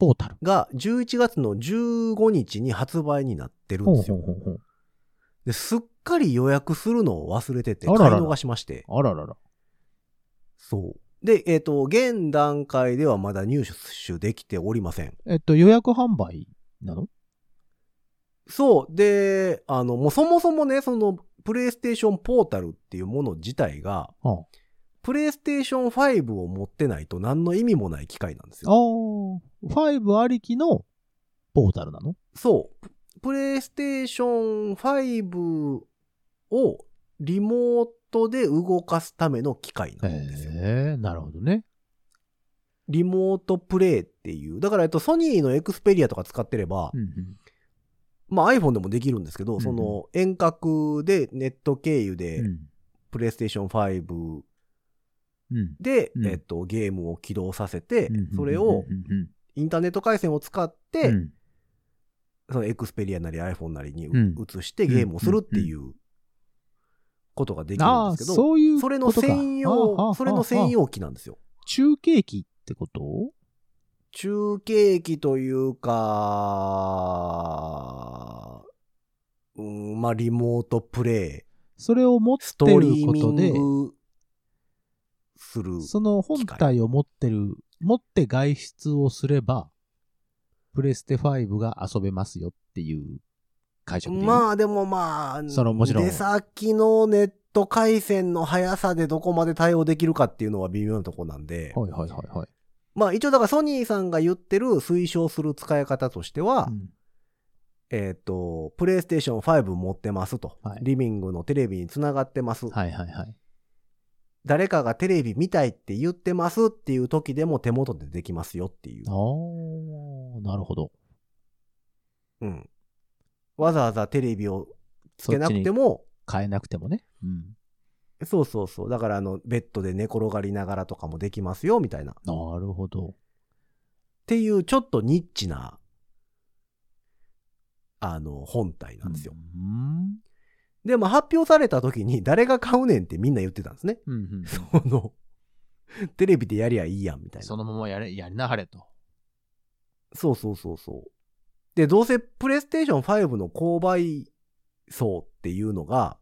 ポータル。が11月の15日に発売になってるんほでうすよ。ほうほうですっかり予約するのを忘れてて、あ買いららら逃しまして。ほう。あららら。そう。で、えっ、と、現段階ではまだ入手できておりません。えっと、予約販売なのそう。で、あの、もうそもそもね、その、プレイステーションポータルっていうもの自体が、はプレイステーション5を持ってないと何の意味もない機械なんですあ。ああよ。ー、5ありきのポータルなのそう。プレイステーション5をリモートで動かすための機械なんですよ。ええなるほどね。リモートプレイっていう。だから、えっと、ソニーのエクスペリアとか使ってれば、うんうん。まあ iPhone でもできるんですけど、うんその遠隔でネット経由で、プレイステーション5うん。うん。で、うんえっと、ゲームを起動させて、うんそれをうんうんインターネット回線を使っうて、んうんそのエクスペリアなり iPhone なりにうん移してゲームをするっていうことができるんああ、ですけど、そういうそれこのとか。専はあはあ用、それの専。はあ用機なんですよ。中継機ってこと中継機というか、うん、まあ、リモートプレイ、それを持ってストるリーこミとで、ングする。その本体を持ってる、持って外出をすれば、プレステ5が遊べますよっていう解釈でいい。まあでもまあ、そのもちろん出先のネット回線の速さでどこまで対応できるかっていうのは微妙なとこなんで、はいはいはいはい。まあ一応だからソニーさんが言ってる推奨する使い方としては、うんえっ、と、プレイステーション5持ってますと、はいリビングのテレビにつながってます、はいはいはい。誰かがテレビ見たいって言ってますっていう時でも手元でできますよっていうあ。あ、なるほど。うん。わざわざテレビをつけなくても、変えなくてもね。うん。そうそうそう。だからあの、ベッドで寝転がりながらとかもできますよ、みたいな。なるほど。っていうちょっとニッチな、あの、本体なんですよ。うん。でも発表された時に誰が買うねんってみんな言ってたんですね。 うんうんその、テレビでやりゃいいやんみたいな。そのままやれ、やりなはれと。そうそうそうそう。で、どうせプレイステーション5の購買層っていうのが、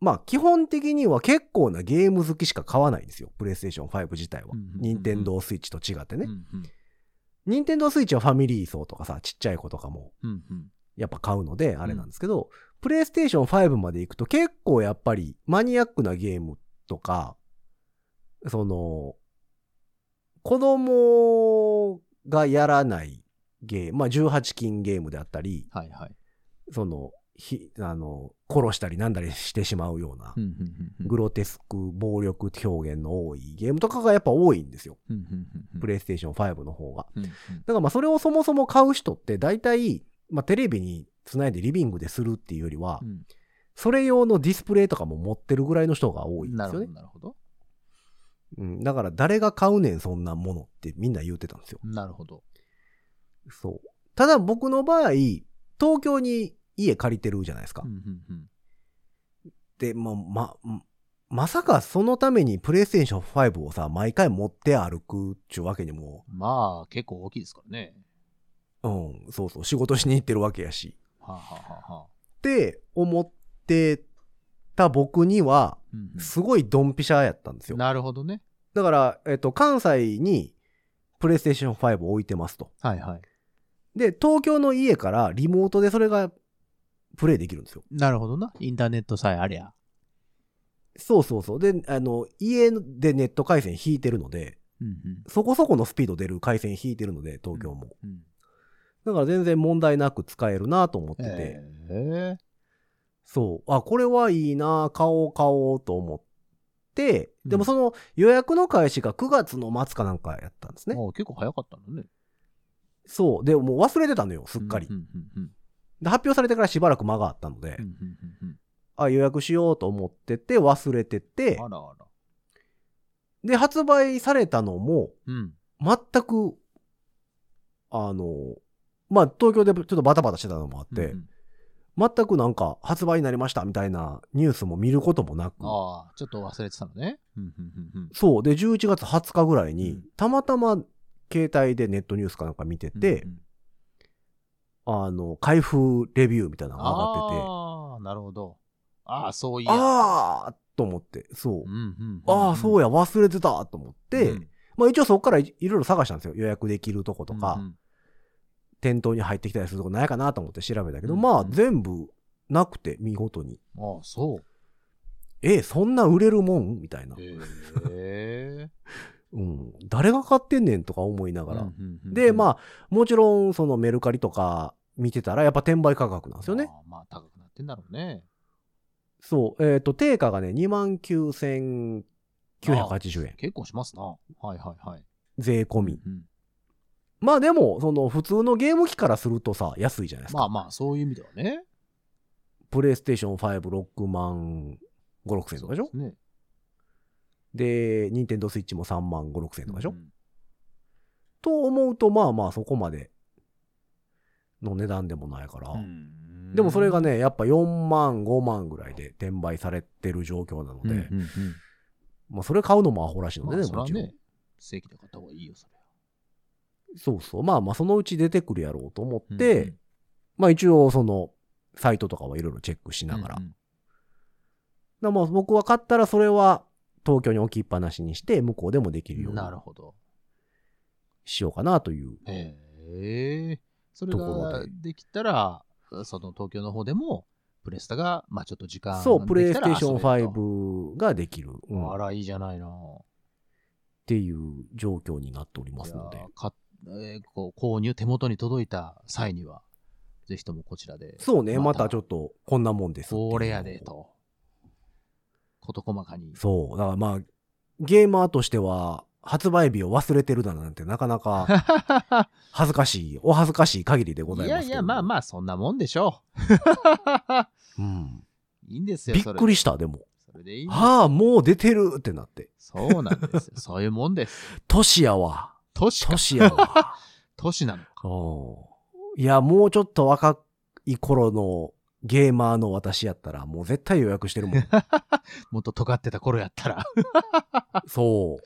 まあ基本的には結構なゲーム好きしか買わないんですよ。プレイステーション5自体はうんうんうんう。ん任天堂スイッチと違ってねう。んうん任天堂スイッチはファミリー層とかさ、ちっちゃい子とかもうんうん。やっぱ買うので、あれなんですけど、プレイステーション5まで行くと結構やっぱりマニアックなゲームとか、その、子供がやらないゲーム、まあ18禁ゲームであったり、はいはい。その、ひ、あの、殺したりなんだりしてしまうようなう、んうんうんうんグロテスク、暴力表現の多いゲームとかがやっぱ多いんですよ。うんうんうんうんプレイステーション5の方が。うんうんだからまあそれをそもそも買う人って大体、まあテレビに繋いでリビングでするっていうよりはう、んそれ用のディスプレイとかも持ってるぐらいの人が多いんでなるすほよど、ね。なるほど。うん、だから誰が買うねんそんなものってみんな言うてたんですよ。なるほど。そう。ただ僕の場合、東京に家借りてるじゃないですか。うんうんうんで、まあ、ま、ままさかそのためにプレイステーション5をさ、毎回持って歩くっちゅうわけにも、まあ、結構大きいですからね。うん、そうそう、仕事しに行ってるわけやし。はあ、はあはあはあって思ってた僕には、うんうんすごいドンピシャやったんですよ。なるほどね。だから、えっと、関西にプレイステーション5を置いてますと。はいはい。で、東京の家からリモートでそれがプレイできるんですよ。なるほどな。インターネットさえありゃ。そうそうそう。で、あの、家でネット回線引いてるので、うんうんそこそこのスピード出る回線引いてるので、東京も。。うんだから全然問題なく使えるなと思ってて、へえ。そう、あ、これはいいな買おう買おうと思って、でうもんその予約の開始が9月の末かなんかやったんですね。ああ結構早かったのね。そう。で、もう忘れてたのよ、すっかり。うんうんうんで発表されてからしばらく間があったので、うんうんうんあ、予約しようと思ってて、忘れてうんてあ、らあら。で、発売されたのも、うん。全く、あの、まあ、東京でちょっとバタバタしてたのもあって、うん全くなんか発売になりましたみたいなニュースも見ることもなく、ああ、ちょっと忘れてたのね。うんうんうんうんそう。で、11月20日ぐらいに、うんたまたま携帯でネットニュースかなんか見てて、うんうんあの、開封レビューみたいなのが上がってて、ああ、なるほど。ああ、そういや。あーと思って、そう。うんうんうんうんああ、そうやや、忘れてたと思って、まあ一応そこからいいろいろ探したんですよ。予約できるとことか、店頭に入ってきたりするとこないかなと思って調べたけど、うんまあうん全部なくて、見事に。ああ、そう。え、そんな売れるもんみたいな。へえ。うん。誰が買ってんねんとか思いながら。で、であ、まあ、もちろん、そのメルカリとか見てたら、やっぱ転売価格なんですよね。ああ。まあ、高くなってんだろうね。そう。えっ、と、定価がね、29,980円。結構しますな。はいはいはい。税込み。うんまあでも、その普通のゲーム機からするとさ、安いじゃないですか。まあまあ、そういう意味ではね。プレイステーション5、6万5、6千とかでしょね。で、ニンテンドースイッチも3万5、6千とかでしょ、うんと思うと、まあまあそこまでの値段でもないから。うんでもそれがね、やっぱ4万、5万ぐらいで転売されてる状況なのうんで、うんうんまあそれ買うのもアホらしいのまであ、ね、それもはちろんね。、正規で買った方がいいよ、それは。そうそう。まあまあそのうち出てくるやろうと思うっんて、、まあ一応その、サイトとかはいろいろチェックしながら。うんうんだからまあ僕は買ったらそれは東京に置きっぱなしにして、向こうでもできるようになるほど。しようかなという。へえ。それところができたら、その東京の方でも、プレスタが、まあちょっと時間そう、プレイでスきテたらーション遊べる5ができる、うとんあっら、いいじゃないな。ていう状況になっておりますのいでや。かえーこう購入、手元に届いた際には、ぜひともこちらで。そうね、またちょっっとこんなもんですっていうのをこれやで、と。事細かに。そう。だからまあ、ゲーマーとしては、発売日を忘れてるだなんてなかな か恥ずかしい、お恥ずかしい限りでございいますやけど。いや、まあまあ、そんなもんでしょあ。うん。う。いいんですよ、びっそれくりした、でも。それでいいんですはあ、もう出てるってなって。そうなん ですよ。そういうもんです。年やわ。都市か、年や わ。都市なのか。おーいや、もうちょっと若い頃のゲーマーの私やったら、もう絶対予約してるもん。もっと尖ってた頃やったら。そ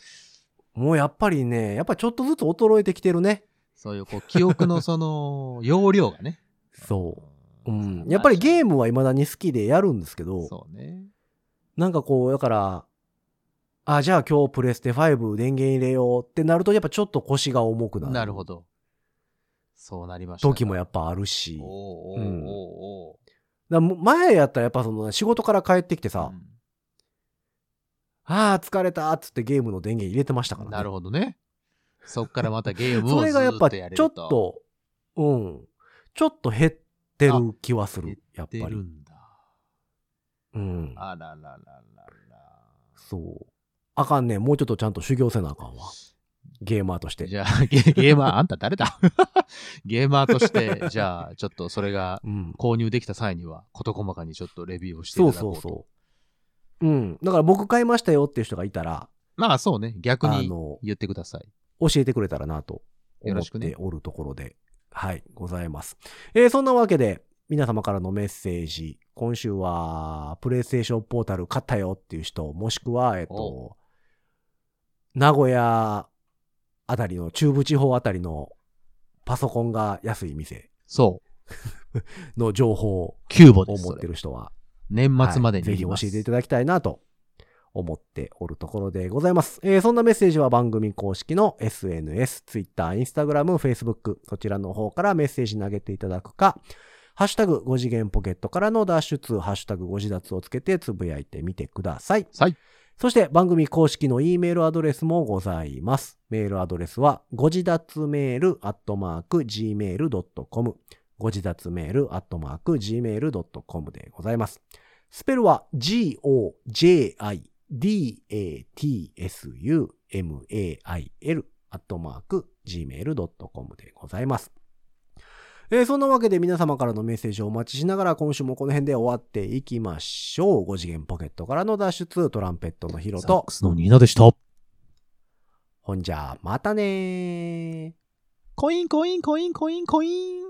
う。もうやっぱりね、やっぱちょっとずつ衰えてきてるね。そういう、こう、記憶のその、容量がね。そう。うん。やっぱりゲームムは未だに好きでやるんですけど、そうね。なんかこう、だから、あ、じゃあ今日プレステ5電源入れようってなると、やっぱちょっと腰が重くなる。なるほど。そうなりましたか。時もやっぱあるし。だかおうおううんおうおうらもう前やったらやっぱその仕事から帰ってきてさ、うんああ、疲れたっつってゲームの電源入れてましたからね。なるほどね。そっからまたゲーム そをずれがやっーぱっとちやれるょっと。と、うん。ちょっと減ってる気はすあ減る。やっぱ出るり。んだ。うん。あらららららそう。あかんね。もうちょっとちゃんと修行せなあかんわ。ゲーマーとしら。て。じゃあ、ゲゲーマー、あんた誰だ ゲーマーとして、じゃあ、ちょっとそれがうん。購入できた際には、事細かにちょっとレビューをしていそたうそだこううと。そう。うん。だから僕買いましたよっていう人がいたら、まあそうね、逆あにの、言ってください。教えてくれたらなとよ思ろっしくねておるところで、はい、ございます。えーそんなわけで、皆様からのメッセージ、今週は、プレイステーションポータル買ったよっていう人、もしくは、えっとお、名古屋あたりの、中部地方あたりのパソコンが安い店そう、の情報をキューボです。持っそてれる人は、年末まはいでにぜ言ひい教ます、えていただきたいなと思っておるところでございます。えーそんなメッセージは番組公式の SNS、Twitter、Instagram、Facebook、そちらの方からメッセージ投げていただくか、ハッシュタグ5次元ポケットからの脱出、ハッシュタグ5次脱をつけてつぶやいてみてください。はい。そして番組公式の E メールアドレスもございます。メールアドレスは、ご自立メールアットマーク gmail.com。ご自立メールアットマーク gmail.com でございます。スペルは g-o-j-i-d-a-t-s-u-m-a-i-l アットマーク gmail.com でございます。えーそんなわけで皆様からのメッセージをお待ちしながら今週もこの辺で終わっていきましょう。5次元ポケットからの脱出、トランペットのヒロサッとク、スのニーナでした。ほんじゃ、またねー。コインコインコインコインコイン。